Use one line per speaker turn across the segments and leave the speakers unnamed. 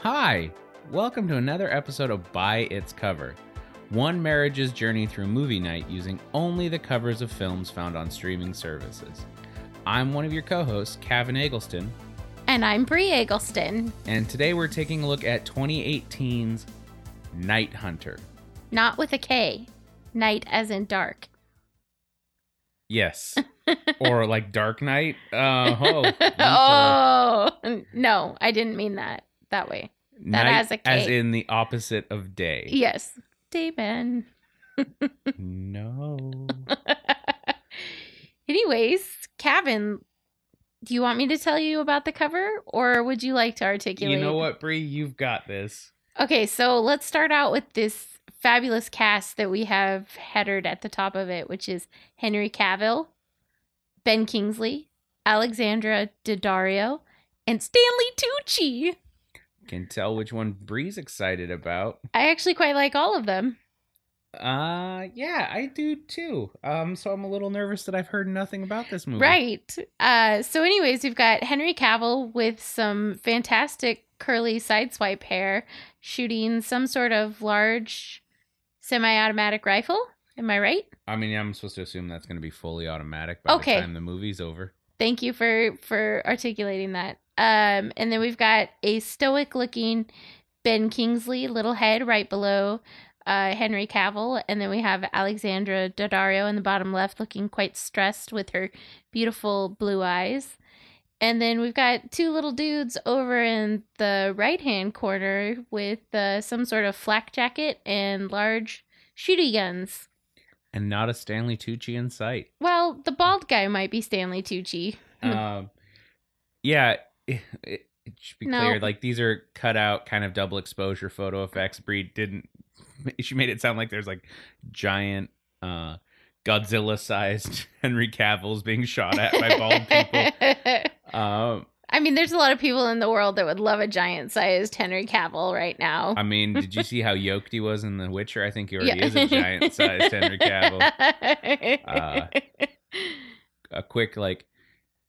Hi! Welcome to another episode of By Its Cover, one marriage's journey through movie night using only the covers of films found on streaming services. I'm one of your co hosts, Kevin Eggleston,
And I'm Bree Eggleston.
and today we're taking a look at 2018's Night Hunter.
Not with a K. Night as in dark.
Yes. or like Dark Knight. Uh, oh,
oh, no, I didn't mean that that way.
Night
has a
As
K.
in the opposite of day.
Yes. Damon.
No.
Anyways, Kevin, do you want me to tell you about the cover or would you like to articulate?
you know what, Bree? You've got this.
Okay, so let's start out with this fabulous cast that we have headered at the top of it, which is Henry Cavill, Ben Kingsley, Alexandra Daddario, and Stanley Tucci.
Can tell which one Bree's excited about.
I actually quite like all of them.
Uh yeah, I do too. Um so I'm a little nervous that I've heard nothing about this movie.
Right. Uh, so, anyways, we've got Henry Cavill with some fantastic curly sideswipe hair shooting some sort of large semi automatic rifle. Am I right?
I mean, I'm supposed to assume that's going to be fully automatic by
Okay.
the time the movie's over.
Thank you for for articulating that. Um, and then we've got a stoic looking Ben Kingsley, little head right below uh, Henry Cavill, and then we have Alexandra Daddario in the bottom left, looking quite stressed with her beautiful blue eyes. And then we've got two little dudes over in the right hand corner with uh, some sort of flak jacket and large shooty guns.
And not a Stanley Tucci in sight.
Well, the bald guy might be Stanley Tucci. Hmm.
Um yeah, it, it- it should be
No.
clear like these are cut out kind of double exposure photo effects. Bree didn't she made it sound like there's like giant uh Godzilla sized Henry Cavill's being shot at by bald people. Um
I mean, there's a lot of people in the world that would love a giant sized Henry Cavill right now.
I mean, did you see how yoked he was in The Witcher? I think he
Yeah.
already is a giant sized Henry Cavill. Uh, A quick, like,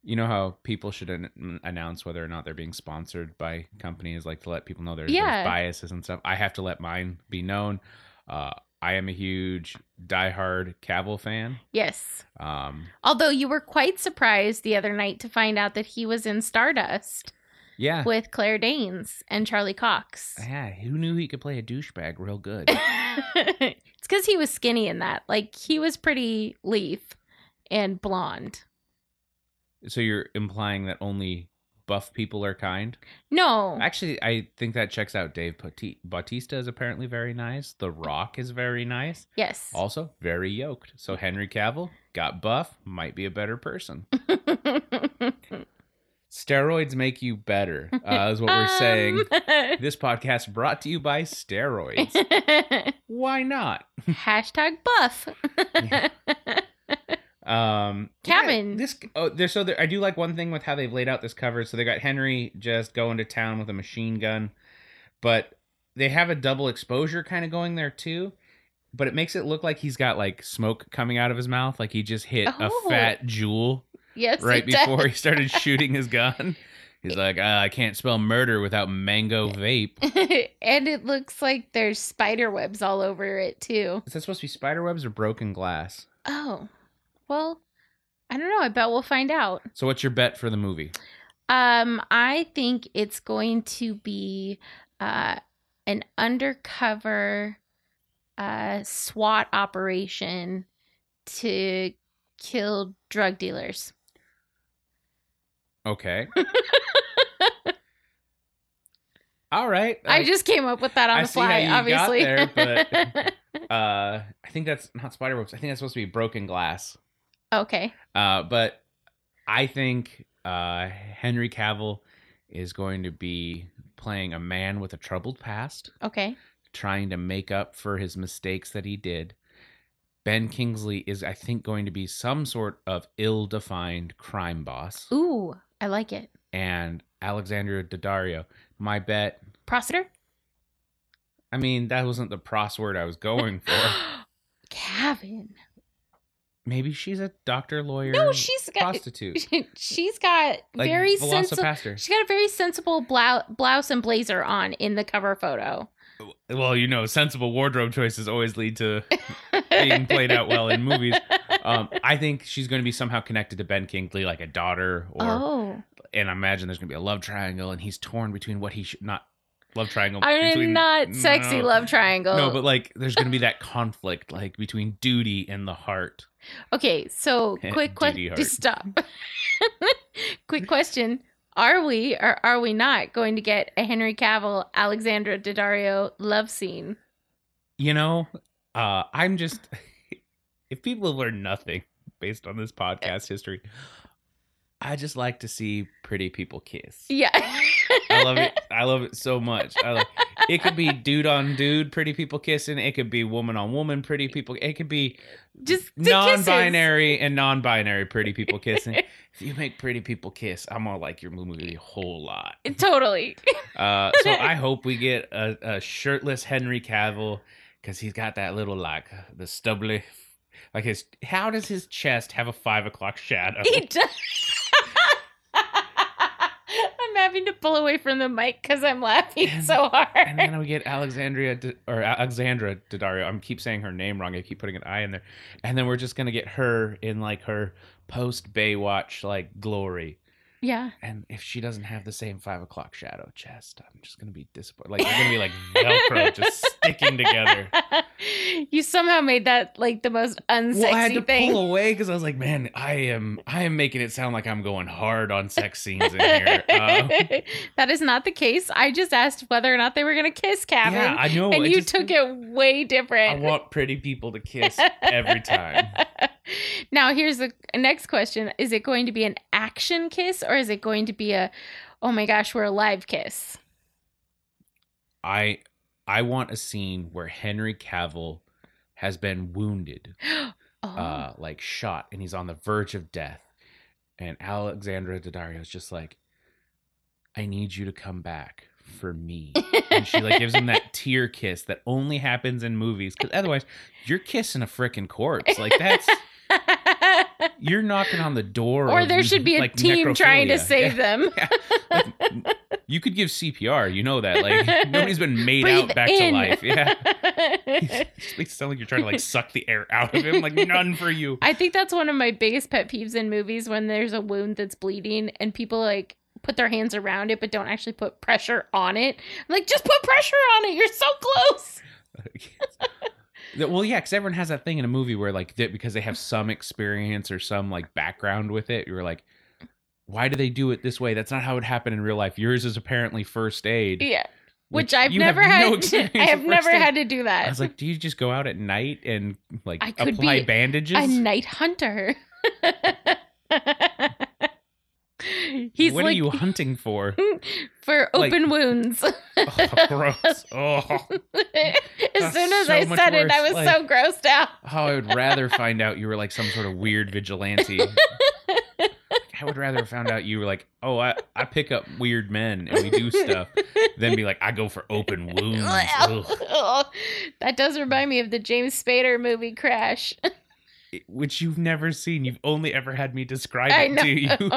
you know how people should an- announce whether or not they're being sponsored by companies, like to let people know there's,
Yeah.
there's biases and stuff. I have to let mine be known. Uh, I am a huge diehard Cavill fan.
yes.
Um,
Although you were quite surprised the other night to find out that he was in Stardust
yeah.
with Claire Danes and Charlie Cox.
Yeah. Who knew he could play a douchebag real good?
it's because he was skinny in that. Like, he was pretty leaf and blonde.
so you're implying that only buff people are kind?
No.
Actually, I think that checks out. Dave Bauti- Bautista is apparently very nice. The Rock is very nice.
yes.
Also, very yoked. So Henry Cavill got buff, might be a better person. Steroids make you better, uh, is what we're
Um.
saying. This podcast brought to you by steroids.
saying.
Why not?
Um, Hashtag buff.
Yeah. Um, yeah,
Cabin.
this oh, there's so there, I do like one thing with how they've laid out this cover. So they got Henry just going to town with a machine gun, but they have a double exposure kind of going there too. But it makes it look like he's got like smoke coming out of his mouth, like he just hit
Oh.
a fat jewel
yes.
right
it does.
before he started shooting his gun. He's like, uh, I can't spell murder without mango vape.
and it looks like there's spider webs all over it too.
Is that supposed to be spider webs or broken glass?
Oh. Well, I don't know. I bet we'll find out.
So what's your bet for the movie?
Um, I think it's going to be uh an undercover uh SWAT operation to kill drug dealers.
Okay. All right.
I
Uh,
just came up with that on
I
the
see how
fly,
you got
obviously.
there, but- uh I think that's not spider webs. I think that's supposed to be broken glass.
okay.
Uh but I think uh Henry Cavill is going to be playing a man with a troubled past,
Okay.
trying to make up for his mistakes that he did. Ben Kingsley is I think going to be some sort of ill-defined crime boss
Ooh, I like it.
and Alexandra Daddario. My bet,
Prosecutor?
I mean that wasn't the pross word I was going for.
Gavin.
Maybe she's a doctor, lawyer,
No, she's got
prostitute,
she's got
like
very sensible.
Velocipaster.
She got a very sensible blou- blouse and blazer on in the cover photo.
well, you know, sensible wardrobe choices always lead to being played out well in movies. Um, I think she's going to be somehow connected to Ben Kingsley, like a daughter, or
oh,
and I imagine there's going to be a love triangle, and he's torn between what he should not love triangle.
I'm
between-
not sexy
No.
love triangle.
No, but like there's going to be that conflict, like between duty and the heart.
okay, so
Duty
quick question.
heart.
Just stop. quick question: Are we or are we not going to get a Henry Cavill Alexandra Daddario love scene?
You know, uh, I'm just if people learn nothing based on this podcast history, I just like to see pretty people kiss.
Yeah.
I love it. I love it so much. I love it could be dude on dude, pretty people kissing. It could be woman on woman, pretty people. It could be
Just the Kisses.
non-binary and non-binary pretty people kissing. if you make pretty people kiss, I'm gonna like your movie a whole lot.
Totally.
Uh, so I hope we get a, a shirtless Henry Cavill because he's got that little like the stubbly, like his. How does his chest have a five o'clock shadow?
He does. I'm having to pull away from the mic because I'm laughing so
and
hard.
then we get Alexandria D- or Alexandra Daddario. I'm keep saying her name wrong. I keep putting an I in there. And then we're just gonna get her in like her post Baywatch like glory.
Yeah.
And if she doesn't have the same five o'clock shadow chest, I'm just gonna be disappointed. Like they're gonna be like Velcro just sticking together.
you somehow made that like the most unsexy
Well, I had to
thing.
pull away because I was like, man, I am, I am making it sound like I'm going hard on sex scenes in here. Um,
that is not the case. I just asked whether or not they were going to kiss Kevin,
yeah, I know.
and
I
you
just-
took it way
I
different.
want pretty people to kiss every time.
now here's the next question: Is it going to be an action kiss, or is it going to be a, oh my gosh, we're alive kiss?
I I want a scene where Henry Cavill has been wounded,
oh.
uh, like shot, and he's on the verge of death. And Alexandra Daddario is just like, I need you to come back for me. And she like gives him that tear kiss that only happens in movies. Cause otherwise you're kissing a freaking corpse. Like that's
Oh.
you're knocking on the door.
or
of,
there should be a
like,
team trying to
necrophilia.
save them.
You could give CPR, you know that. Like nobody's been made
Breathe
out back
in.
to life. Yeah. Just makes it sound like you're trying to like suck the air out of him. Like none for you.
I think that's one of my biggest pet peeves in movies when there's a wound that's bleeding and people like put their hands around it but don't actually put pressure on it. I'm like, just put pressure on it. You're so close.
well, yeah, because everyone has that thing in a movie where like that because they have some experience or some like background with it. You're like, why do they do it this way? That's not how it happened in real life. Yours is apparently first aid,
Yeah. Which, I've
you have
never
no
had.
experience
I have
with
never
first aid.
had to do that.
I was like, do you just go out at night and like
I could
apply
be
bandages?
a night hunter. He's
what
like
are you hunting for?
for
like-
open wounds.
oh, gross. Oh.
as
That's
soon as
so
I
much
said it, I
worse,
was
like-
so grossed out.
Oh, I would rather find out you were like some sort of weird vigilante. I would rather have found out you were like, oh, I, I pick up weird men and we do stuff, than be like, I go for open wounds. Ugh.
that does remind me of the James Spader movie Crash.
Which you've never seen. You've only ever had me describe
I
it
know.
to you.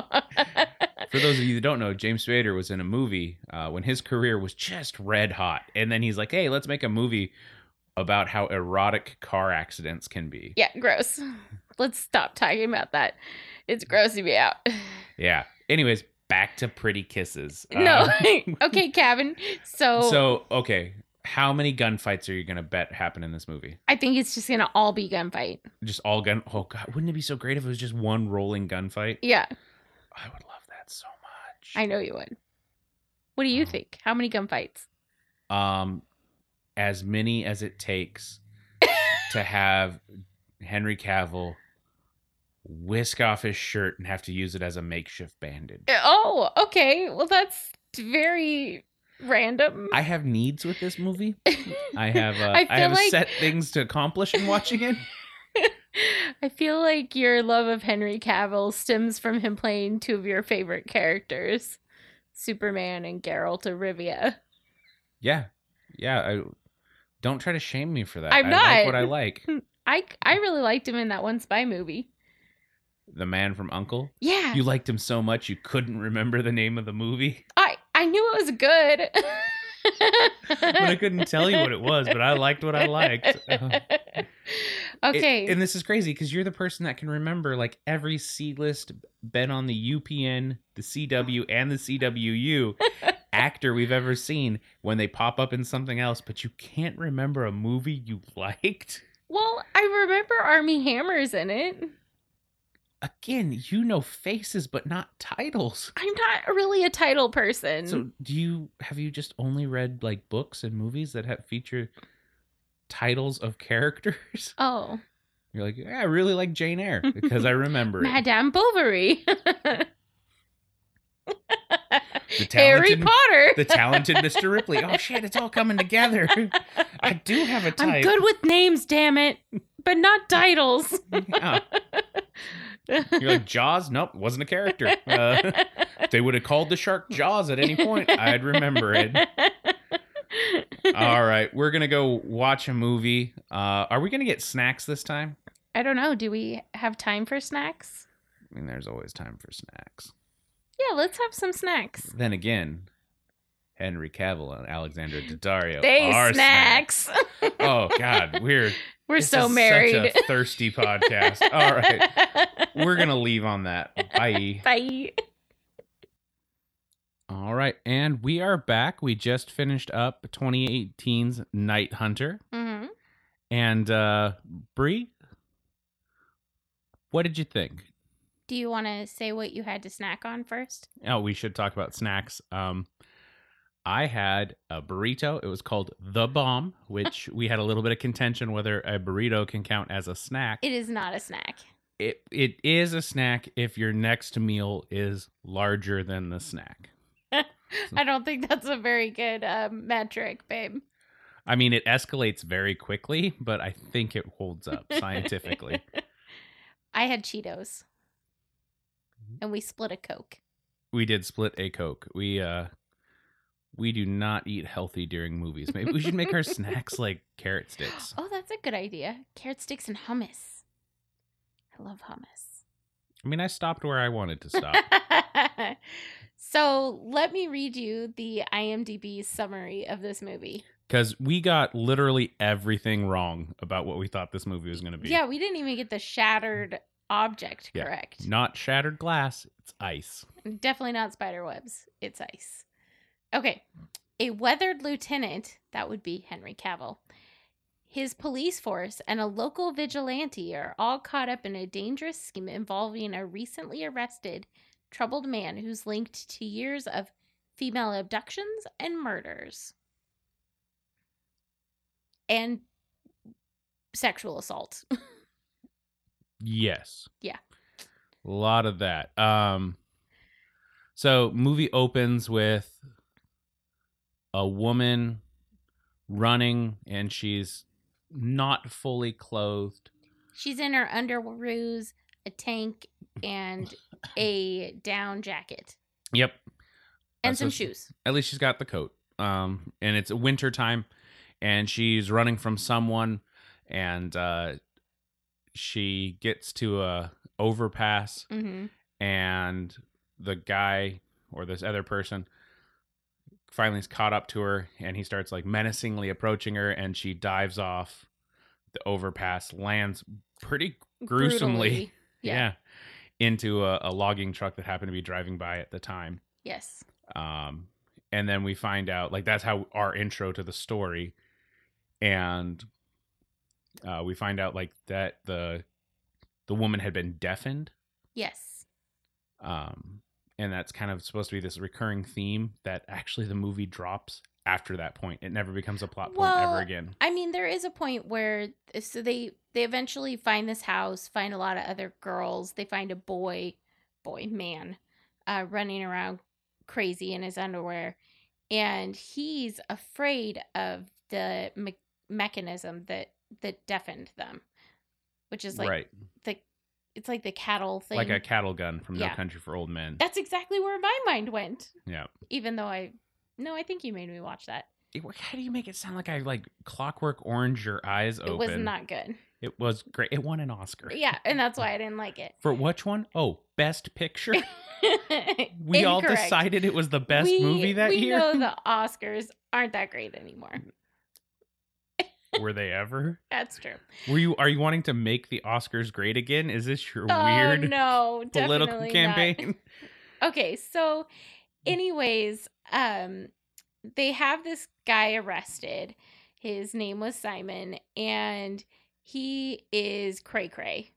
For those of you that don't know, James Spader was in a movie uh, when his career was just red hot. And then he's like, hey, let's make a movie about how erotic car accidents can be.
yeah, gross. Let's stop talking about that. It's grossing me out.
Yeah. Anyways, back to pretty kisses.
No.
Uh,
okay, Kevin. So,
So okay, how many gunfights are you gonna bet happen in this movie?
I think it's just gonna all be gunfight.
Just all gun? Oh god, wouldn't it be so great if it was just one rolling gunfight?
Yeah,
I would love that so much.
I know you would. What do you think? How many gunfights?
um, as many as it takes to have Henry Cavill whisk off his shirt and have to use it as a makeshift bandage.
Oh, okay. Well, that's very random.
I have needs with this movie. I have uh, I,
I feel
have
like-
set things to accomplish in watching it.
I feel like your love of Henry Cavill stems from him playing two of your favorite characters, Superman and Geralt of Rivia.
Yeah, yeah. I don't try to shame me for that.
I'm
I like
not.
what I like.
I I really liked him in that one spy movie.
The man from Uncle.
Yeah,
You liked him so much you couldn't remember the name of the movie.
I I knew it was good.
But I couldn't tell you what it was, but I liked what I liked. Uh, It-
okay.
and this is crazy because you're the person that can remember like every C list been on the UPN, the CW, and the CWU actor we've ever seen when they pop up in something else, but you can't remember a movie you liked.
well, I remember Army Hammer's in it.
Again, you know faces but not titles.
I'm not really a title person.
So do you have you just only read like books and movies that have feature titles of characters?
oh,
You're like, yeah, I really like Jane Eyre because I remember it.
Madame Bovary.
The
Harry
talented-
Potter.
The talented Mr. Ripley. Oh shit, it's all coming together. I do have a
I'm
type.
good with names, damn it, but not titles.
Yeah. You're like Jaws? Nope, wasn't a character. Uh, if they would have called the shark Jaws at any point, I'd remember it. All right, we're gonna go watch a movie. Uh, are we gonna get snacks this time?
I don't know. Do we have time for snacks?
I mean, there's always time for snacks.
Yeah, let's have some snacks.
Then again, Henry Cavill and Alexander Daddario
They
are snacks.
snacks.
Oh God, we're
We're
this is
so
such
married.
a thirsty podcast. All right. we're gonna leave on that. Bye.
Bye.
All right, and we are back. We just finished up 2018's Night Hunter,
hmm
and uh Bree, what did you think?
Do you want to say what you had to snack on first?
Oh, we should talk about snacks. Um, I had a burrito. It was called the bomb, which we had a little bit of contention whether a burrito can count as a snack.
It is not a snack.
it, it is a snack if your next meal is larger than the snack.
I don't think that's a very good uh, metric, babe.
I mean, it escalates very quickly, but I think it holds up scientifically.
I had Cheetos, and we split a Coke.
we did split a Coke. We uh we do not eat healthy during movies. Maybe we should make our snacks like carrot sticks.
Oh, that's a good idea. Carrot sticks and hummus. I love hummus.
I mean, I stopped where I wanted to stop. Ah.
so let me read you the IMDb summary of this movie.
Because we got literally everything wrong about what we thought this movie was gonna be.
Yeah, we didn't even get the shattered object
Yeah.
correct.
Not shattered glass, it's ice.
Definitely not spider webs. It's ice. Okay. A weathered lieutenant, that would be Henry Cavill. His police force and a local vigilante are all caught up in a dangerous scheme involving a recently arrested, troubled man who's linked to years of female abductions and murders and sexual assault.
Yes.
Yeah.
A lot of that. Um so movie opens with a woman running and she's not fully clothed.
She's in her underoos, a tank, and a down jacket.
Yep.
and
That's
some
what she-
shoes.
At least she's got the coat. Um and it's winter time and she's running from someone and uh she gets to a overpass
Mm-hmm.
and the guy or this other person finally is caught up to her and he starts like menacingly approaching her and she dives off the overpass lands pretty Gruesomely. yeah,
Yeah.
into a, a logging truck that happened to be driving by at the time
Yes.
um and then we find out like that's how our intro to the story and uh we find out like that the the woman had been deafened
Yes.
um, and that's kind of supposed to be this recurring theme that actually the movie drops after that point. It never becomes a plot point
Well,
ever again.
I mean, there is a point where so they they eventually find this house, find a lot of other girls, they find a boy, boy man, uh, running around crazy in his underwear, and he's afraid of the me- mechanism that that deafened them, which is like
right,
the it's like the cattle thing.
like a cattle gun from
Yeah.
No Country for Old Men.
That's exactly where my mind went.
Yeah.
Even though I no, I think you made me watch that.
It- How do you make it sound like I like Clockwork Orange your eyes open?
It was not good.
It was great. It won an Oscar.
Yeah, and that's why I didn't like it.
For which one? Oh, Best Picture. We all
Incorrect.
decided it was the best
We-
movie that
we
year.
know the Oscars aren't that great anymore.
Were they ever?
That's true.
Were you? Are you wanting to make the Oscars great again? Is this your
oh,
weird
no,
political
definitely not.
campaign?
Okay, so anyways, um they have this guy arrested. His name was Simon and he is cray cray.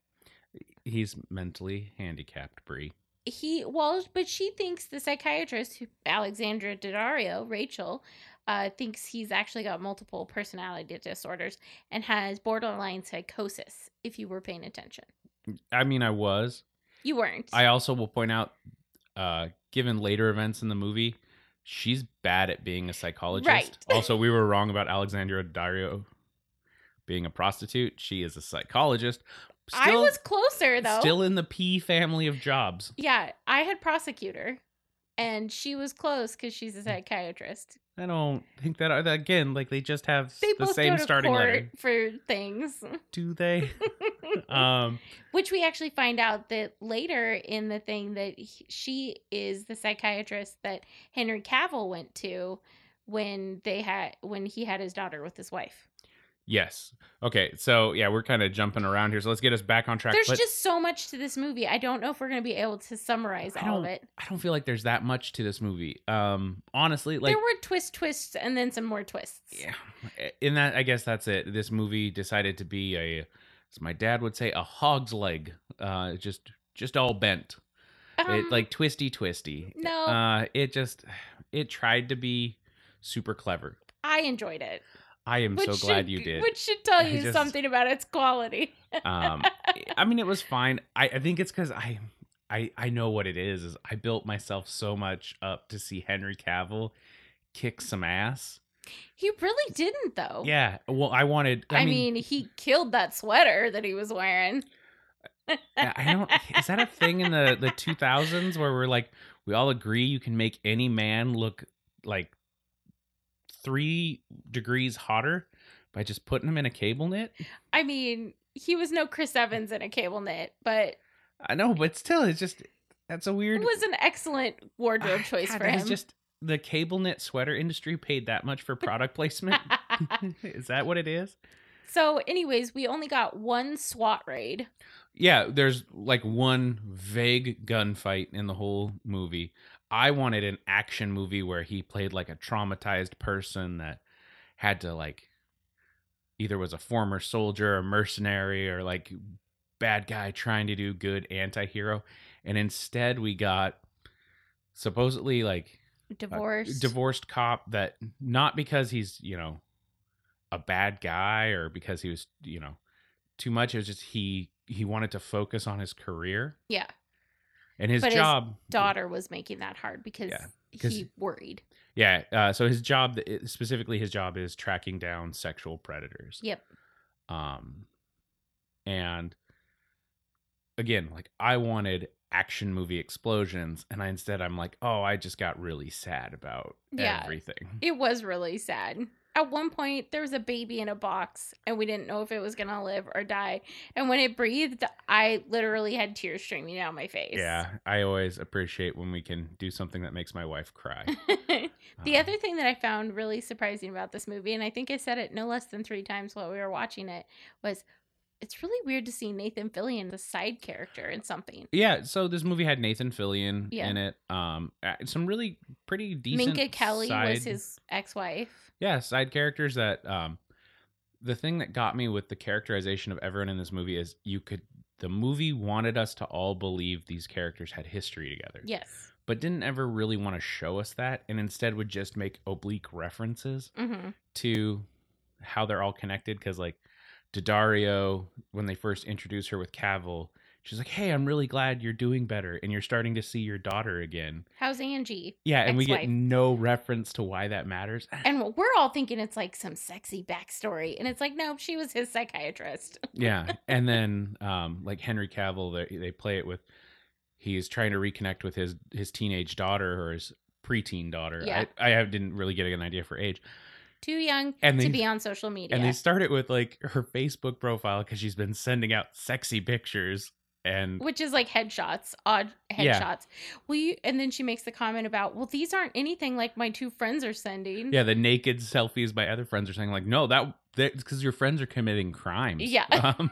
He's mentally handicapped, Bree.
He well, but she thinks the psychiatrist, who- Alexandra Daddario, Rachel, uh, thinks he's actually got multiple personality disorders and has borderline psychosis. If you were paying attention,
I mean, I was.
you weren't.
I also will point out, uh, given later events in the movie, she's bad at being a psychologist.
Right.
also, we were wrong about Alexandra Dario being a prostitute. She is a psychologist.
I was closer though.
still in the P family of jobs.
Yeah, I had prosecutor, and she was close because she's
Mm.
a psychiatrist.
I don't think that uh, again. Like they just have
They
the
both
same
go to
starting
court
letter,
for things,
do they? um,
which we actually find out that later in the thing that he- she is the psychiatrist that Henry Cavill went to when they had when he had his daughter with his wife.
yes. Okay. So yeah, we're kind of jumping around here. So let's get us back on track.
There's
but
just so much to this movie. I don't know if we're gonna be able to summarize
I
all of
don't-
it.
I don't feel like there's that much to this movie. Um, honestly, like
there were twist twists and then some more twists.
yeah, eh, in that I guess that's it. This movie decided to be a, as my dad would say, a hog's leg. Uh, just just all bent.
Um,
it like twisty twisty.
no,
Uh, it just it tried to be super clever.
I enjoyed it.
I am so
Which
glad
should-
you did.
Which should tell
I
you
just-
something about its quality.
um i mean it was fine i, I think it's because i i i know what it is is i built myself so much up to see henry cavill kick some ass
He really didn't, though.
yeah well i wanted
Oh. I, mean, he killed that sweater that he was wearing.
i don't is that a thing in the the 2000s where we're like we all agree you can make any man look like three degrees hotter by just putting him in a cable knit
I mean, he was no Chris Evans in a cable knit, but
i know but still it's just that's a
it
weird
was an excellent wardrobe choice
Ah, God,
for
that
him.
is just the cable knit sweater industry paid that much for product placement. is that what it is?
so, anyways, we only got one SWAT raid.
Yeah, there's like one vague gunfight in the whole movie. I wanted an action movie where he played like a traumatized person that had to like either was a former soldier or mercenary or like bad guy trying to do good anti-hero and instead we got supposedly like
Divorce.
divorced cop that not because he's you know a bad guy or because he was you know too much it was just he he wanted to focus on his career
Yeah.
and his
But his
job
Daughter was making that hard because
Yeah, 'cause-
he worried.
yeah uh, so his job specifically his job is tracking down sexual predators
Yep.
um and again like i wanted action movie explosions and i instead i'm like oh i just got really sad about
Yeah.
everything
It was really sad. At one point, there was a baby in a box, and we didn't know if it was going to live or die. And when it breathed, I literally had tears streaming down my face.
Yeah, I always appreciate when we can do something that makes my wife cry.
the
Um,
other thing that I found really surprising about this movie, and I think I said it no less than three times while we were watching it, was it's really weird to see Nathan Fillion as a side character in something.
yeah, so this movie had Nathan Fillion
Yeah.
in it. Um, uh, some really pretty decent.
Minka Kelly
side,
was his ex wife.
yeah side characters that um, the thing that got me with the characterization of everyone in this movie is you could the movie wanted us to all believe these characters had history together,
Yes.
but didn't ever really want to show us that, and instead would just make oblique references
hmm
to how they're all connected because like Daddario, when they first introduce her with Cavill, she's like, "Hey, I'm really glad you're doing better and you're starting to see your daughter again."
How's Angie?
Yeah, and we get
Ex-wife.
no reference to why that matters.
And we're all thinking it's like some sexy backstory. And it's like, no, she was his psychiatrist.
yeah, and then um, like Henry Cavill, they, they play it with he's trying to reconnect with his his teenage daughter or his preteen daughter.
Yeah.
I, I have- didn't really get an idea for age.
too young
And
to
they-
be on social media.
And they start it with like her Facebook profile because she's been sending out sexy pictures. And
which is like headshots, odd
Yeah.
headshots. Well, you, and then she makes the comment about, well, these aren't anything like my two friends are sending.
yeah, the naked selfies by other friends are saying, like, no, that because your friends are committing crimes.
Yeah.
Um,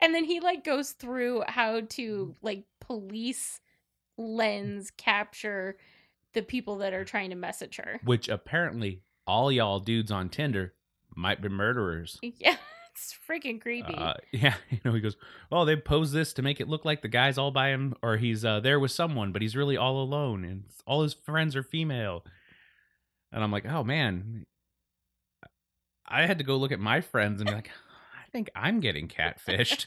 and then he like goes through how to like police lens capture the people that are trying to message her.
which apparently all y'all dudes on Tinder might be murderers.
Yeah, it's freaking creepy.
Uh, yeah, you know, he goes, "Oh, they posed this to make it look like the guy's all by him, or he's uh, there with someone, but he's really all alone, and all his friends are female." And I'm like, "Oh man, I had to go look at my friends and be like, I think I'm getting catfished."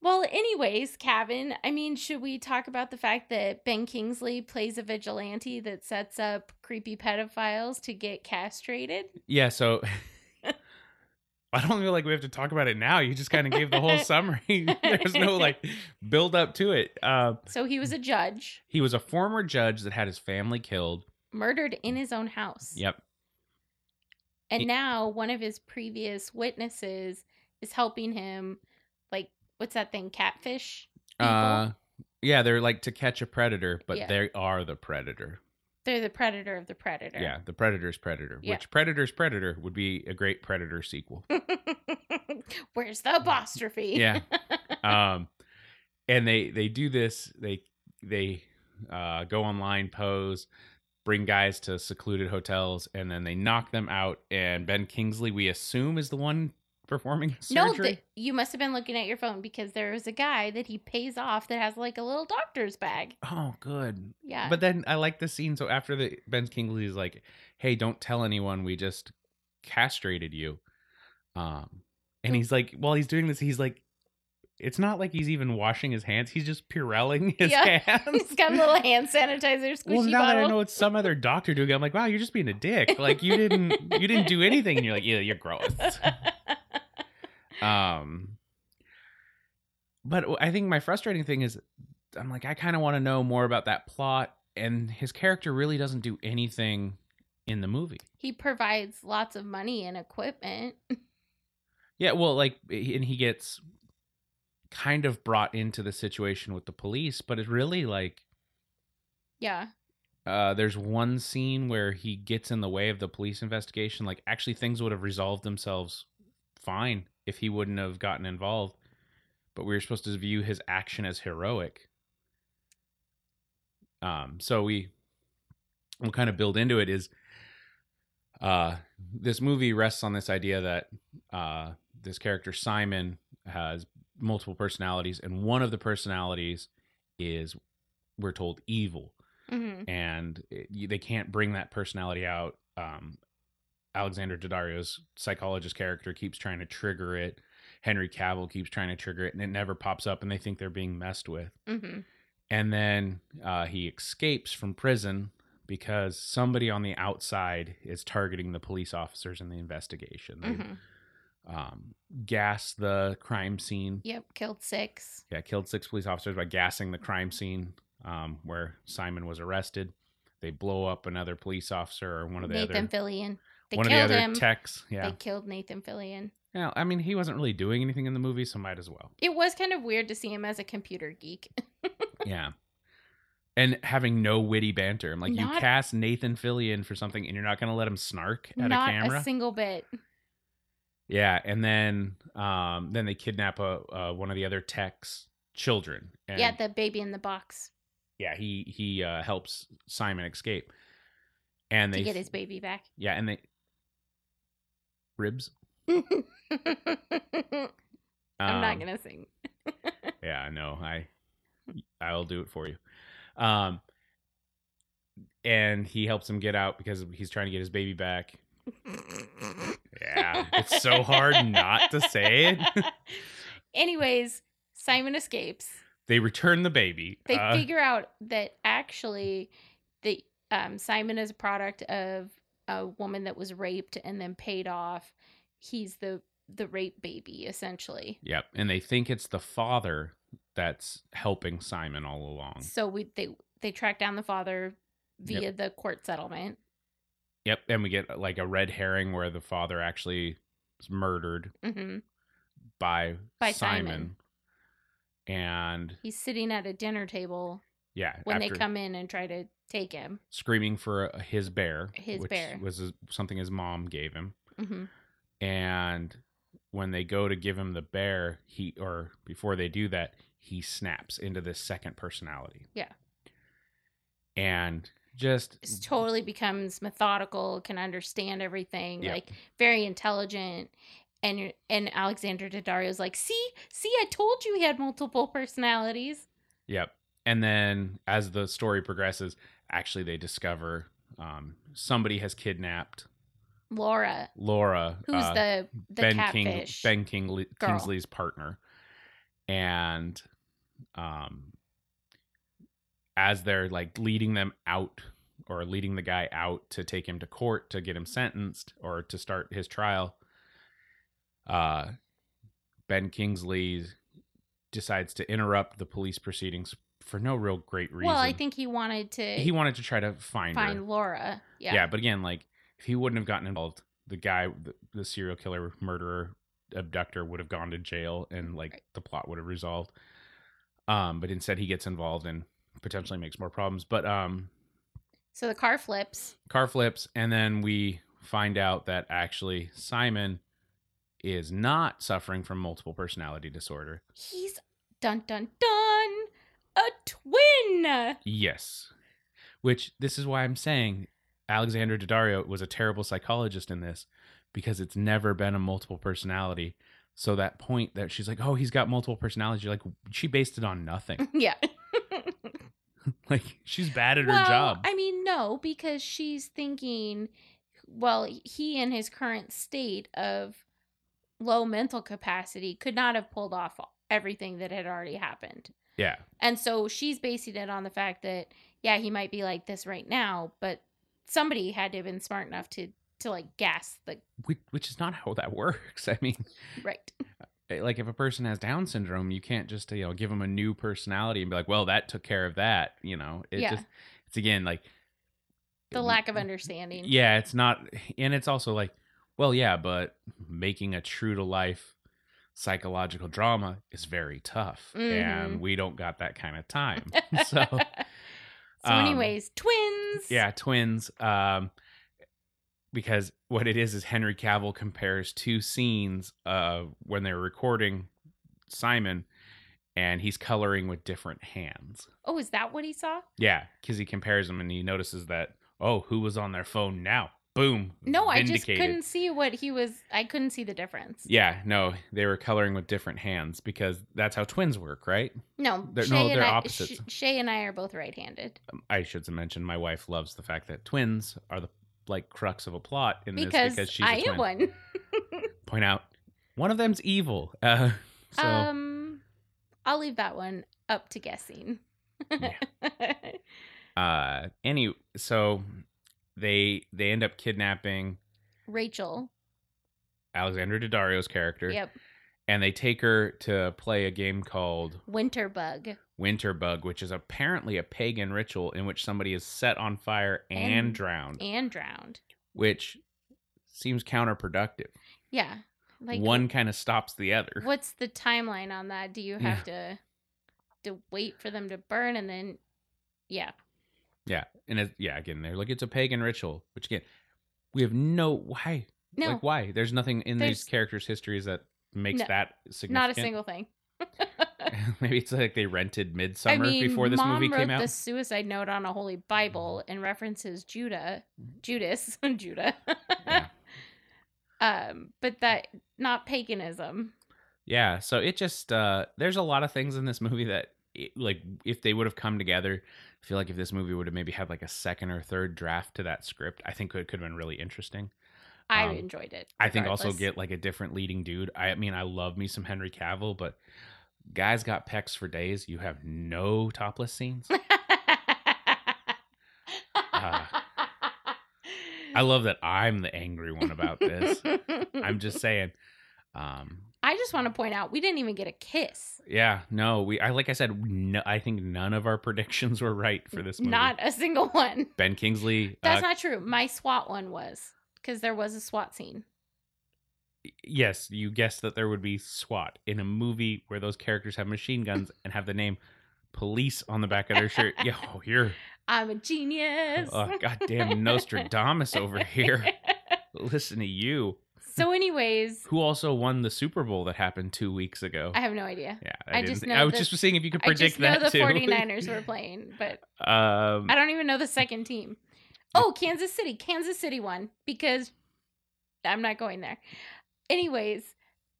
well, anyways, Kevin, I mean, should we talk about the fact that Ben Kingsley plays a vigilante that sets up creepy pedophiles to get castrated?
yeah, so I don't feel like we have to talk about it now. You just kind of gave the whole summary. There's no like build up to it. Uh,
So he was a judge,
he was a former judge that had his family killed.
murdered in his own house.
Yep.
And
It-
now one of his previous witnesses is helping him, like, what's that thing? Catfish? people.
Uh, yeah, they're like to catch a predator, but
Yeah.
they are the predator.
They're the predator of the predator.
Yeah, the predator's predator,
Yeah.
which predator's predator would be a great predator sequel.
Where's the apostrophe?
yeah. Um, and they they do this. They they uh, go online, pose, bring guys to secluded hotels, and then they knock them out. And Ben Kingsley, we assume, is the one performing the
No,
surgery.
th- you must have been looking at your phone because there is a guy that he pays off that has like a little doctor's bag.
oh, good.
Yeah.
But then I like the scene. So after the Ben Kingsley is like, "Hey, don't tell anyone. We just castrated you," um, and he's like, while he's doing this, he's like, it's not like he's even washing his hands. He's just Purelling his
Yeah.
hands.
He's got a little hand sanitizer squishy
well, now that
bottle.
I know it's some other doctor doing, it, I'm like, wow, you're just being a dick. Like you didn't, you didn't do anything. And you're like, yeah, you're gross. Um, but I think my frustrating thing is, I'm like, I kind of want to know more about that plot, and his character really doesn't do anything in the movie.
he provides lots of money and equipment.
Yeah, well, like, and he gets kind of brought into the situation with the police, but it's really like,
Yeah.
uh, there's one scene where he gets in the way of the police investigation. Like, actually, things would have resolved themselves fine if he wouldn't have gotten involved. But we were supposed to view his action as heroic. Um, so we will kind of build into it is uh, this movie rests on this idea that uh, this character Simon has multiple personalities, and one of the personalities is we're told evil
hmm
and it, you- they can't bring that personality out. Um, Alexander Daddario's psychologist character keeps trying to trigger it. Henry Cavill keeps trying to trigger it, and it never pops up, and they think they're being messed with.
hmm
And then uh, he escapes from prison because somebody on the outside is targeting the police officers in the investigation. They
hmm
um, gas the crime scene
Yep. Killed six.
yeah, killed six police officers by gassing the crime scene um, where Simon was arrested. They blow up another police officer or one of the
Nathan
other
Fillion. They
one of the
killed
other
him.
techs. Yeah,
They killed Nathan Fillion.
yeah. I mean, he wasn't really doing anything in the movie, so might as well.
It was kind of weird to see him as a computer geek.
yeah, and having no witty banter. I'm like, you
Not-
cast Nathan Fillion for something, and you're not gonna let him snark at
Not
a camera.
a single bit.
yeah, and then um, then they kidnap a, uh, one of the other techs' children. And
yeah, the baby in the box
yeah. He he uh, helps Simon escape. And
to
they
get his baby back.
Yeah, and they ribs.
I'm not
Um,
gonna sing.
Yeah, I know. I I'll do it for you. Um, and he helps him get out because he's trying to get his baby back. Yeah, it's so hard not to say it.
Anyways, Simon escapes.
They return the baby.
They
Uh,
figure out that actually, the um, Simon is a product of a woman that was raped and then paid off. He's the the rape baby essentially.
yep, and they think it's the father that's helping Simon all along.
So we they they track down the father via the court settlement.
Yep, and we get uh, like a red herring where the father actually is murdered
hmm
by,
By
Simon.
Simon.
And
He's sitting at a dinner table
yeah,
when they
after
come in and try to take him.
screaming for uh, his bear,
His
which
bear.
was his- something his mom gave him.
hmm
And when they go to give him the bear, he or before they do that, he snaps into this second personality.
Yeah.
And just
It's totally becomes methodical, can understand everything,
Yep.
like very intelligent. And you're- and Alexander Daddario's like, see, see, I told you he had multiple personalities.
Yep. And then as the story progresses, actually they discover um, somebody has kidnapped
Laura,
Laura,
who's
uh,
the the
Ben King,
catfish.
Ben King,
girl.
Kingsley's partner, and um, as they're like leading them out or leading the guy out to take him to court to get him sentenced or to start his trial, uh, Ben Kingsley decides to interrupt the police proceedings for no real great reason.
well, I think he wanted to
he wanted to try to find, her.
find Laura. Yeah.
Yeah. but again, like if he wouldn't have gotten involved, the guy, the, the serial killer, murderer, abductor would have gone to jail, and like
Right.
the plot would have resolved. Um, but instead, he gets involved and potentially makes more problems. But um,
So the car flips.
car flips, and then we find out that actually Simon is not suffering from multiple personality disorder.
He's dun dun dun a twin.
Yes, which this is why I'm saying Alexander Daddario was a terrible psychologist in this because it's never been a multiple personality. So that point that she's like, "Oh, he's got multiple personalities," you're like, she based it on nothing.
yeah.
like she's bad at
well,
her job.
I mean, no, because she's thinking, well, he in his current state of low mental capacity could not have pulled off everything that had already happened.
yeah,
And so she's basing it on the fact that, yeah, he might be like this right now, but somebody had to have been smart enough to to like guess the
which, which is not how that works. I mean, eh,
right.
like if a person has Down syndrome, you can't just you know give them a new personality and be like, "Well, that took care of that." You know, it
Yeah.
just it's again like
The lack of understanding.
Mm-hmm. Yeah, it's not, and it's also like, well, yeah, but making a true to life psychological drama is very tough,
Mhm.
and we don't got that kind of time. so,
So,
um,
anyways, twins.
yeah, twins. Um, because what it is is Henry Cavill compares two scenes uh, when they were recording Simon, and he's coloring with different hands.
Oh, is that what he saw?
Yeah, because he compares them and he notices that oh, who was on their phone now? Boom.
No, I just
vindicated.
couldn't see what he was. I couldn't see the difference.
Yeah, no, they were coloring with different hands because that's how twins work, right?
No,
They're-
Shay
no,
and
they're
I,
opposites.
Sh- Shay and I are both right-handed
I should mention my wife loves the fact that twins are the like crux of a plot in this
because,
because she's a
I
twin.
am one.
Point out one of them's evil. Uh, so
Um, I'll leave that one up to guessing.
Yeah. uh any so they they end up kidnapping
Rachel.
Alexander Daddario's character
Yep.
and they take her to play a game called
Winter bug
Winter Bug, which is apparently a pagan ritual in which somebody is set on fire and,
And-
drowned.
and drowned.
which seems counterproductive.
Yeah. Like
One kind of stops the other.
What's the timeline on that? Do you have to to wait for them to burn and then? Yeah.
Yeah, and it, yeah, again, they're like it's a pagan ritual, which again, we have no why,
No,
like why. There's nothing in these
There's-
characters' histories that makes
No,
that significant.
not a single thing.
Maybe it's like they rented Midsummer
I mean,
before this
Mom
movie
wrote
came out. Mm-hmm.
the suicide note on a holy Bible and references Judah, Judas, Judah.
Yeah.
Um, but that not paganism.
Yeah, so it just uh there's a lot of things in this movie that it, like if they would have come together, I feel like if this movie would have maybe had like a second or third draft to that script, I think it could have been really interesting.
I
Um,
enjoyed it.
I think also
regardless.
get like a different leading dude. I mean, I love me some Henry Cavill, but guys got pecs for days. You have no topless scenes. Ah. I love that I'm the angry one about this. I'm just saying. Um,
I just want to point out we didn't even get a kiss.
Yeah, no, we. I like I said, no, I think none of our predictions were right for this movie.
Not a single one.
Ben Kingsley.
That's
uh,
not true. My SWAT one was because there was a SWAT scene.
yes, you guessed that there would be SWAT in a movie where those characters have machine guns and have the name police on the back of their shirt. Yo, you're
I'm a genius.
uh, goddamn Nostradamus over here. Listen to you.
so, anyways,
Who also won the Super Bowl that happened two weeks ago?
I have no idea.
yeah,
I
didn't
just
thi-
know
I was
the-
just seeing if you could
I
predict
just know
that
the
too.
49ers were playing, but
Um,
I don't even know the second team. Oh, Kansas City. Kansas City won because I'm not going there. Anyways,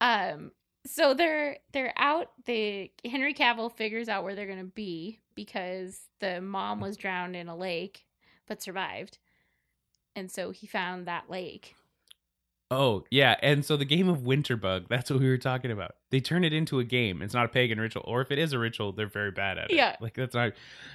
um so they're they're out the Henry Cavill figures out where they're going to be because the mom was drowned in a lake but survived. And so he found that lake.
Oh, yeah. And so the game of Winterbug, that's what we were talking about. They turn it into a game. It's not a pagan ritual, or if it is a ritual, they're very bad at it.
Yeah.
Like that's not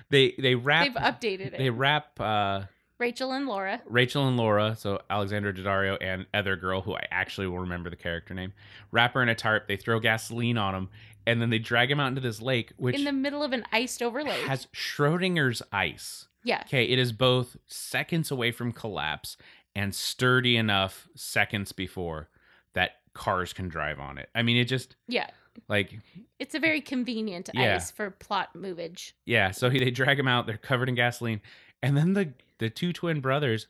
they they
They've
wrap
updated it.
they wrap uh
Rachel and Laura.
Rachel and Laura, so Alexandra Daddario and other girl who I actually will remember the character name, wrap her in a tarp, they throw gasoline on him, and then they drag him out into this lake, which
in the middle of an iced over lake.
has Schrodinger's ice.
yeah.
Okay, it is both seconds away from collapse and sturdy enough seconds before that cars can drive on it. I mean, it just
Yeah.
like
It's a very convenient
Yeah.
ice for plot movage.
yeah. So he, they drag him out. They're covered in gasoline, and then the the two twin brothers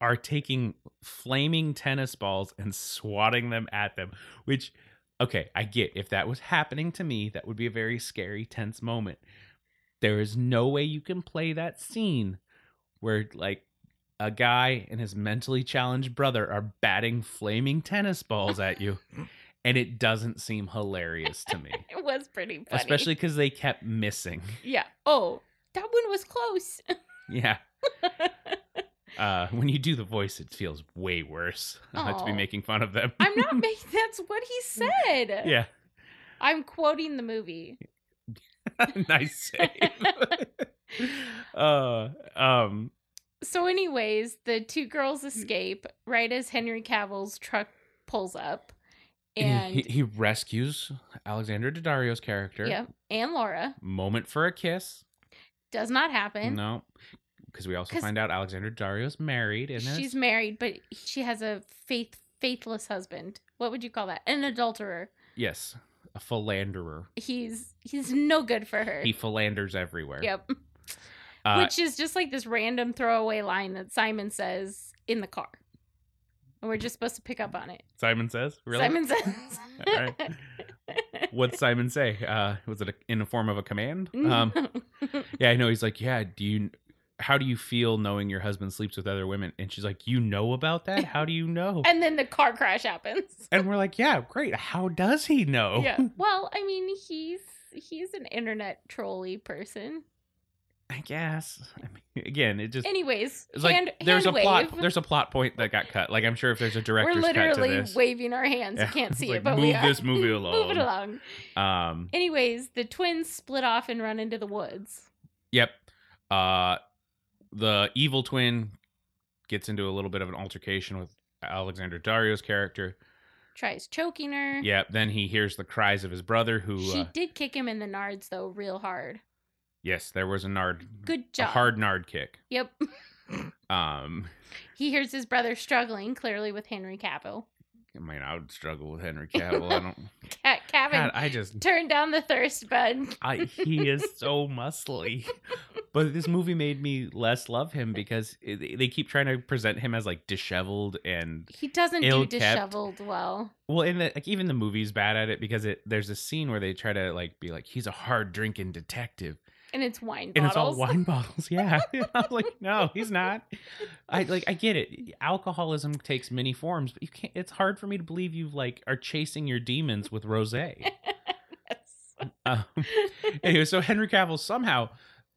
are taking flaming tennis balls and swatting them at them. Which, okay, I get. If that was happening to me, that would be a very scary, tense moment. There is no way you can play that scene where like a guy and his mentally challenged brother are batting flaming tennis balls at you. And it doesn't seem hilarious to me,
It was pretty funny.
especially because they kept missing.
Yeah. Oh, that one was close.
Yeah. uh, when you do the voice, it feels way worse not to be
Aw.
making fun of them.
I'm not making that's what he said.
yeah.
I'm quoting the movie.
nice save. uh, um,
So, anyways, the two girls
Mm.
escape right as Henry Cavill's truck pulls up.
he,
And
he rescues Alexander Daddario's character.
yeah, and Laura
Moment for a kiss.
does not happen.
No. Because we also
'Cause-
find out Alexander Daddario's married and is-
She's married, but she has a faith faithless husband. What would you call that? An adulterer.
yes, a philanderer.
He's he's no good for her.
He philanders everywhere.
yep.
Uh,
Which is just like this random throwaway line that Simon says in the car. And we're just supposed to pick up on it.
Simon says, really?
Simon says.
All right. What'd Simon say? Uh, was it a, in the form of a command?
Mm.
Um, yeah, I know. He's like, yeah. Do you? How do you feel knowing your husband sleeps with other women? And she's like, you know about that? How do you know?
and then the car crash happens.
And we're like, yeah, great. How does he know?
Yeah. Well, I mean, he's he's an internet trolley person.
I guess. I mean, again, it just
Anyways,
it's like
hand,
there's a
hand wave.
plot. There's a plot point that got cut. Like I'm sure if there's a
We're
director's cut to
literally
this,
waving our hands.
Yeah.
You can't
It's
see
like,
it, but we
move
are.
this movie
Move
along.
it along.
um,
Anyways, the twins split off and run into the woods.
Yep. Uh the evil twin gets into a little bit of an altercation with Alexander Dario's character.
Tries choking her.
Yep. Then he hears the cries of his brother who
Mm-hmm. She
uh,
did kick him in the nards though, real hard.
yes, there was a nard
Good
a
job.
hard nard kick.
Yep.
Um
He hears his brother struggling clearly with Henry Cavill.
I mean, I would struggle with Henry Cavill. I don't
Cat Cavill
God, I just
turned down the thirst bud.
I he is so muscly. But this movie made me less love him because it, they keep trying to present him as like disheveled and
He doesn't do
Ill-kept.
disheveled well.
Well, in the like, even the movie's bad at it because it there's a scene where they try to like be like he's a hard drinking detective,
And it's wine
and it's all
bottles.
wine bottles. Yeah, And I'm like, no, he's not. I like I get it. Alcoholism takes many forms, but you can't. It's hard for me to believe you like are chasing your demons with rosé.
Yes.
Um, anyway, so Henry Cavill somehow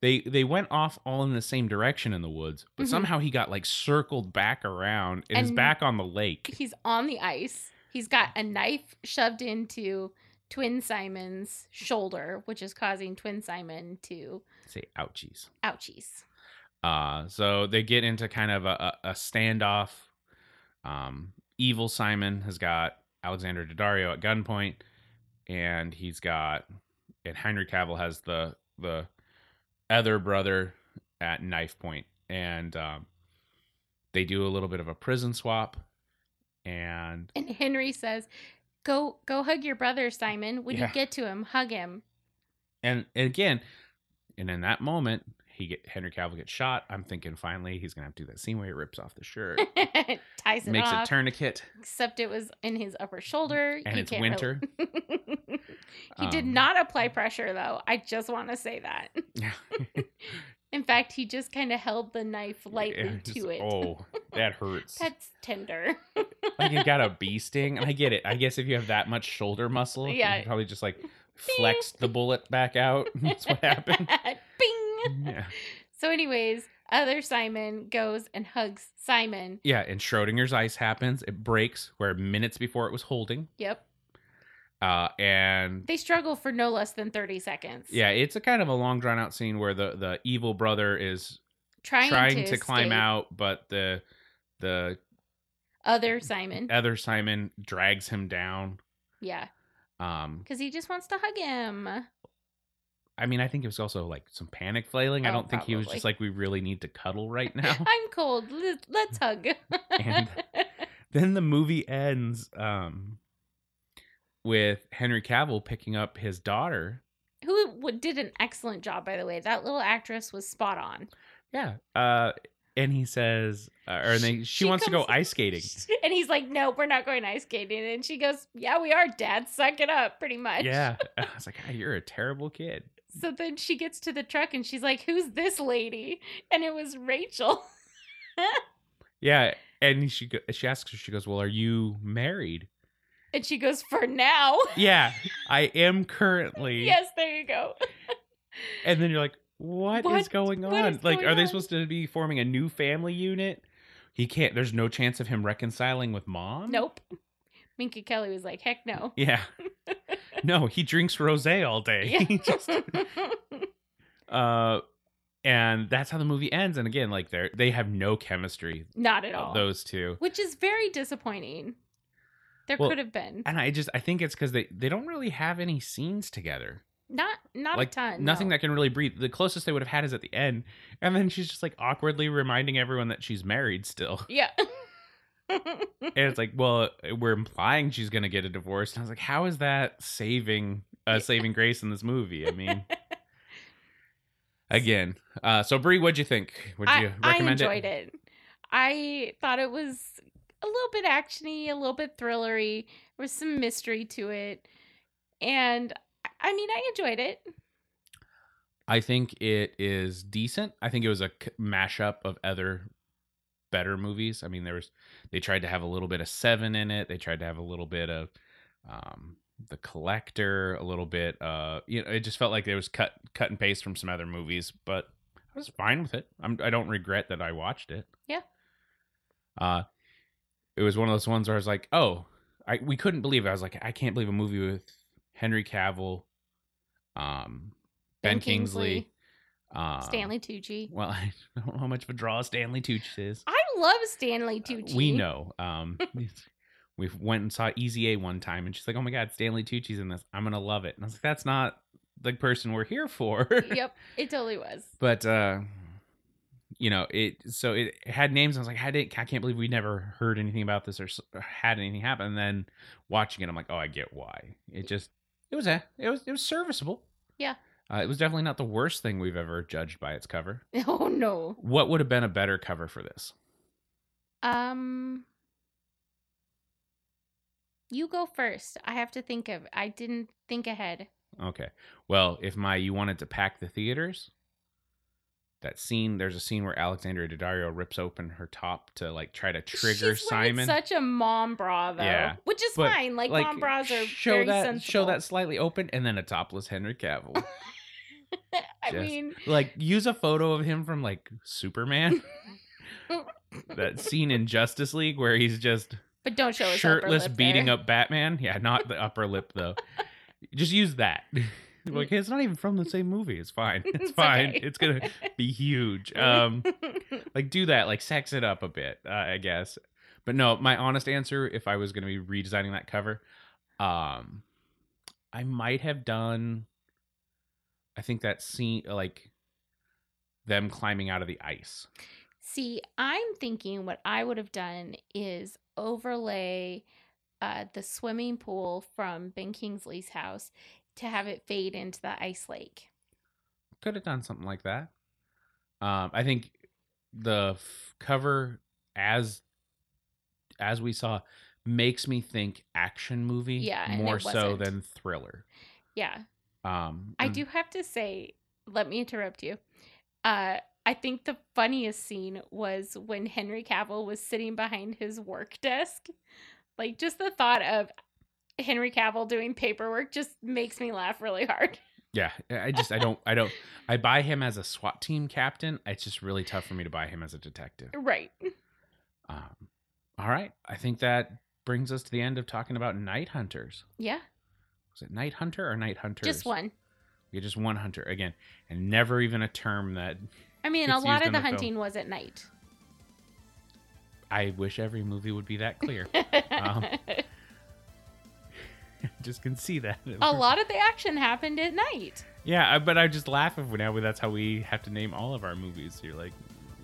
they they went off all in the same direction in the woods, but
Mhm.
somehow he got like circled back around and, is
And-
back on the lake.
He's on the ice. He's got a knife shoved into twin Simon's shoulder, which is causing twin Simon to
Say, ouchies.
ouchies.
Uh, so they get into kind of a, a, a standoff. Um, evil Simon has got Alexander Daddario at gunpoint, and he's got and Henry Cavill has the the other brother at knife point, and um, they do a little bit of a prison swap, and
And Henry says, "Go, go hug your brother, Simon. When
Yeah.
you get to him, hug him."
and again, and in that moment. He get, Henry Cavill gets shot. I'm thinking finally he's gonna have to do that scene where he rips off the shirt,
Ties it
makes
off.
a tourniquet,
Except it was in his upper shoulder.
and
You
it's
can't really-
winter.
he did
Um,
not apply pressure, though. I just want to say that.
Yeah.
In fact, he just kind of held the knife lightly
Yeah, just-
to it.
Oh, that hurts.
That's tender.
like you got a bee sting. I get it. I guess if you have that much shoulder muscle,
Yeah.
you probably just like flexed the bullet back out. That's what happened.
Bing.
Yeah.
So, anyways, other Simon goes and hugs Simon.
Yeah. And Schrodinger's ice happens. It breaks where minutes before it was holding.
Yep.
Uh, and
They struggle for no less than 30 seconds.
yeah, it's a kind of a long drawn out scene where the, the evil brother is
Trying,
trying
to,
to climb
escape
out, but the the
Other Simon.
other Simon drags him down.
yeah.
Um,
Because he just wants to hug him.
I mean, I think it was also like some panic flailing. I
Oh,
don't think he was
probably.
just like, we really need to cuddle right now.
I'm cold. Let- Let's hug.
And- then the movie ends um, with Henry Cavill picking up his daughter.
Who w- did an excellent job, by the way. That little actress was spot on.
Yeah. Uh, and he says, uh, or they, she,
She
wants to go
comes-
ice skating.
And he's like, "No, we're not going ice skating." And she goes, "Yeah, we are, Dad. Suck it up, pretty much."
Yeah. I was like, "Ah, you're a terrible kid.
So then she gets to the truck and she's like, "Who's this lady?" And it was Rachel.
Yeah. And she go- she asks her, she goes, well, are you married?
And she goes, "For now."
Yeah, I am currently.
yes, there you go.
And then you're like, what is
What-
going on?
what is
like,
going
are they
on?
supposed to be forming a new family unit? He can't. There's no chance of him reconciling with mom.
Nope. Minka Kelly was like, "Heck no."
Yeah. no, he drinks rosé all day.
Yeah.
He just- uh, and that's how the movie ends. And again, like they are they have no chemistry.
not at all.
Those two.
Which is very disappointing. There
Well,
could have been
And I just I think it's because they they don't really have any scenes together.
not not
like
a ton.
Nothing
no.
that can really breathe. The closest they would have had is at the end, and then she's just like awkwardly reminding everyone that she's married still.
Yeah.
And it's like, well, we're implying she's gonna get a divorce. And I was like, how is that saving uh saving grace in this movie? I mean Again. Uh so Brie, what'd you think? Would you
I, I
recommend
enjoyed it? I thought it was a little bit actiony, a little bit thrillery. There was some mystery to it, and I- I mean, I enjoyed it.
I think it is decent. I think it was a c- mashup of other better movies. I mean, there was they tried to have a little bit of Seven in it. They tried to have a little bit of um, the Collector, a little bit. Uh, you know, it just felt like it was cut cut and paste from some other movies. But I was fine with it. I'm, I don't regret that I watched it.
Yeah.
Uh, it was one of those ones where I was like, oh, I we couldn't believe it. I was like, I can't believe a movie with Henry Cavill, um, Ben, Kingsley. Um,
Stanley Tucci.
Well, I don't know how much of a draw Stanley Tucci is.
I love Stanley Tucci.
Uh, We know. Um, we went and saw Easy A one time, and she's like, "Oh my God, Stanley Tucci's in this. I'm gonna love it." And I was like, "That's not the person we're here for."
Yep, it totally was.
But uh, you know, it so it had names. I was like, "I didn't. I can't believe we never heard anything about this or s- or had anything happen." And then watching it, I'm like, "Oh, I get why." It just it was a it was it was serviceable.
Yeah.
Uh, it was definitely not the worst thing we've ever judged by its cover
Oh no.
what would have been a better cover for this?
Um, you go first. I have to think of. I didn't think ahead.
Okay. Well, if my you wanted to pack the theaters, that scene there's a scene where Alexandra Daddario rips open her top to like try to trigger
She's wearing
Simon.
Such a mom bra though.
Yeah,
Which is
but,
fine. Like, mom bras are
show
very
that
sensible.
show that slightly open and then a topless Henry Cavill.
I
Just-
mean
like use a photo of him from like Superman. that scene in Justice League where he's just
But don't show his
shirtless beating up Batman. Yeah, not the upper lip though. Just use that. like it's not even from the same movie. It's fine. It's,
It's
fine.
okay.
It's gonna be huge. Um,
um
like do that. Like sex it up a bit. Uh, I guess. But no, my honest answer, if I was going to be redesigning that cover, um, I might have done. I think that scene, like them climbing out of the ice.
See, I'm thinking what I would have done is overlay uh, the swimming pool from Ben Kingsley's house to have it fade into the ice lake.
Could have done something like that. Um, I think the f- cover as as we saw makes me think action movie
Yeah, and
more
it
so
wasn't.
than thriller.
Yeah.
Um,
I
and-
do have to say, let me interrupt you. Uh, I think the funniest scene was when Henry Cavill was sitting behind his work desk. Like, just the thought of Henry Cavill doing paperwork just makes me laugh really hard.
Yeah, I just I don't I don't I buy him as a SWAT team captain. It's just really tough for me to buy him as a detective.
Right.
Um, all right, I think that brings us to the end of talking about night hunters.
Yeah.
Was it night hunter or night hunters?
Just one.
Yeah, just one hunter again, and never even a term that
I mean, a
It's
lot
used
of
in
the
the film.
hunting was at night.
I wish every movie would be that clear. Wow. just can see that
a lot of the action happened at night.
Yeah, I- but I just laugh if now that's how we have to name all of our movies. You're like,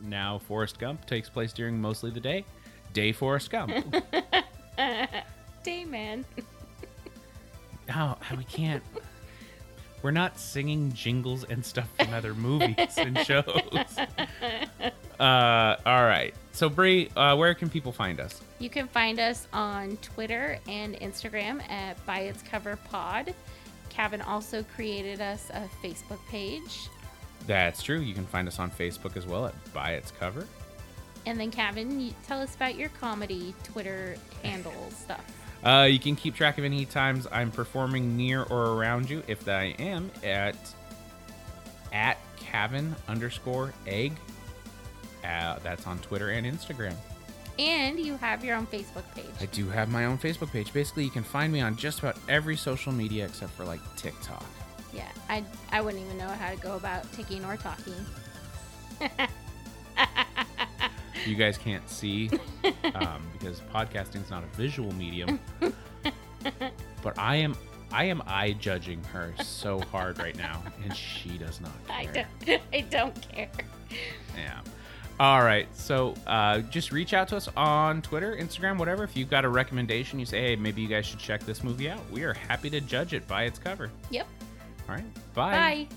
now Forrest Gump takes place during mostly the day. Day Forrest Gump.
Day man.
Oh, we can't. We're not singing jingles and stuff from other movies and shows. Uh, all right. So, Brie, uh, where can people find us?
You can find us on Twitter and Instagram at By Its Cover Pod. Kevin also created us a Facebook page.
That's true. You can find us on Facebook as well at By Its Cover.
And then, Kevin, you tell us about your comedy Twitter handle stuff.
Uh, you can keep track of any times I'm performing near or around you. If I am at at Cavan underscore egg. Uh, that's on Twitter and Instagram.
And you have your own Facebook
I
page.
do have my own Facebook page. Basically, you can find me on just about every social media except for like TikTok.
Yeah, I, I wouldn't even know how to go about ticking or talking.
You guys can't see um, because podcasting's not a visual medium. But I am I am eye judging her so hard right now, and she does not care.
I don't, I don't care.
Yeah. All right. So uh, just reach out to us on Twitter, Instagram, whatever. If you've got a recommendation, you say, hey, maybe you guys should check this movie out. We are happy to judge it by its cover.
Yep.
All right.
Bye.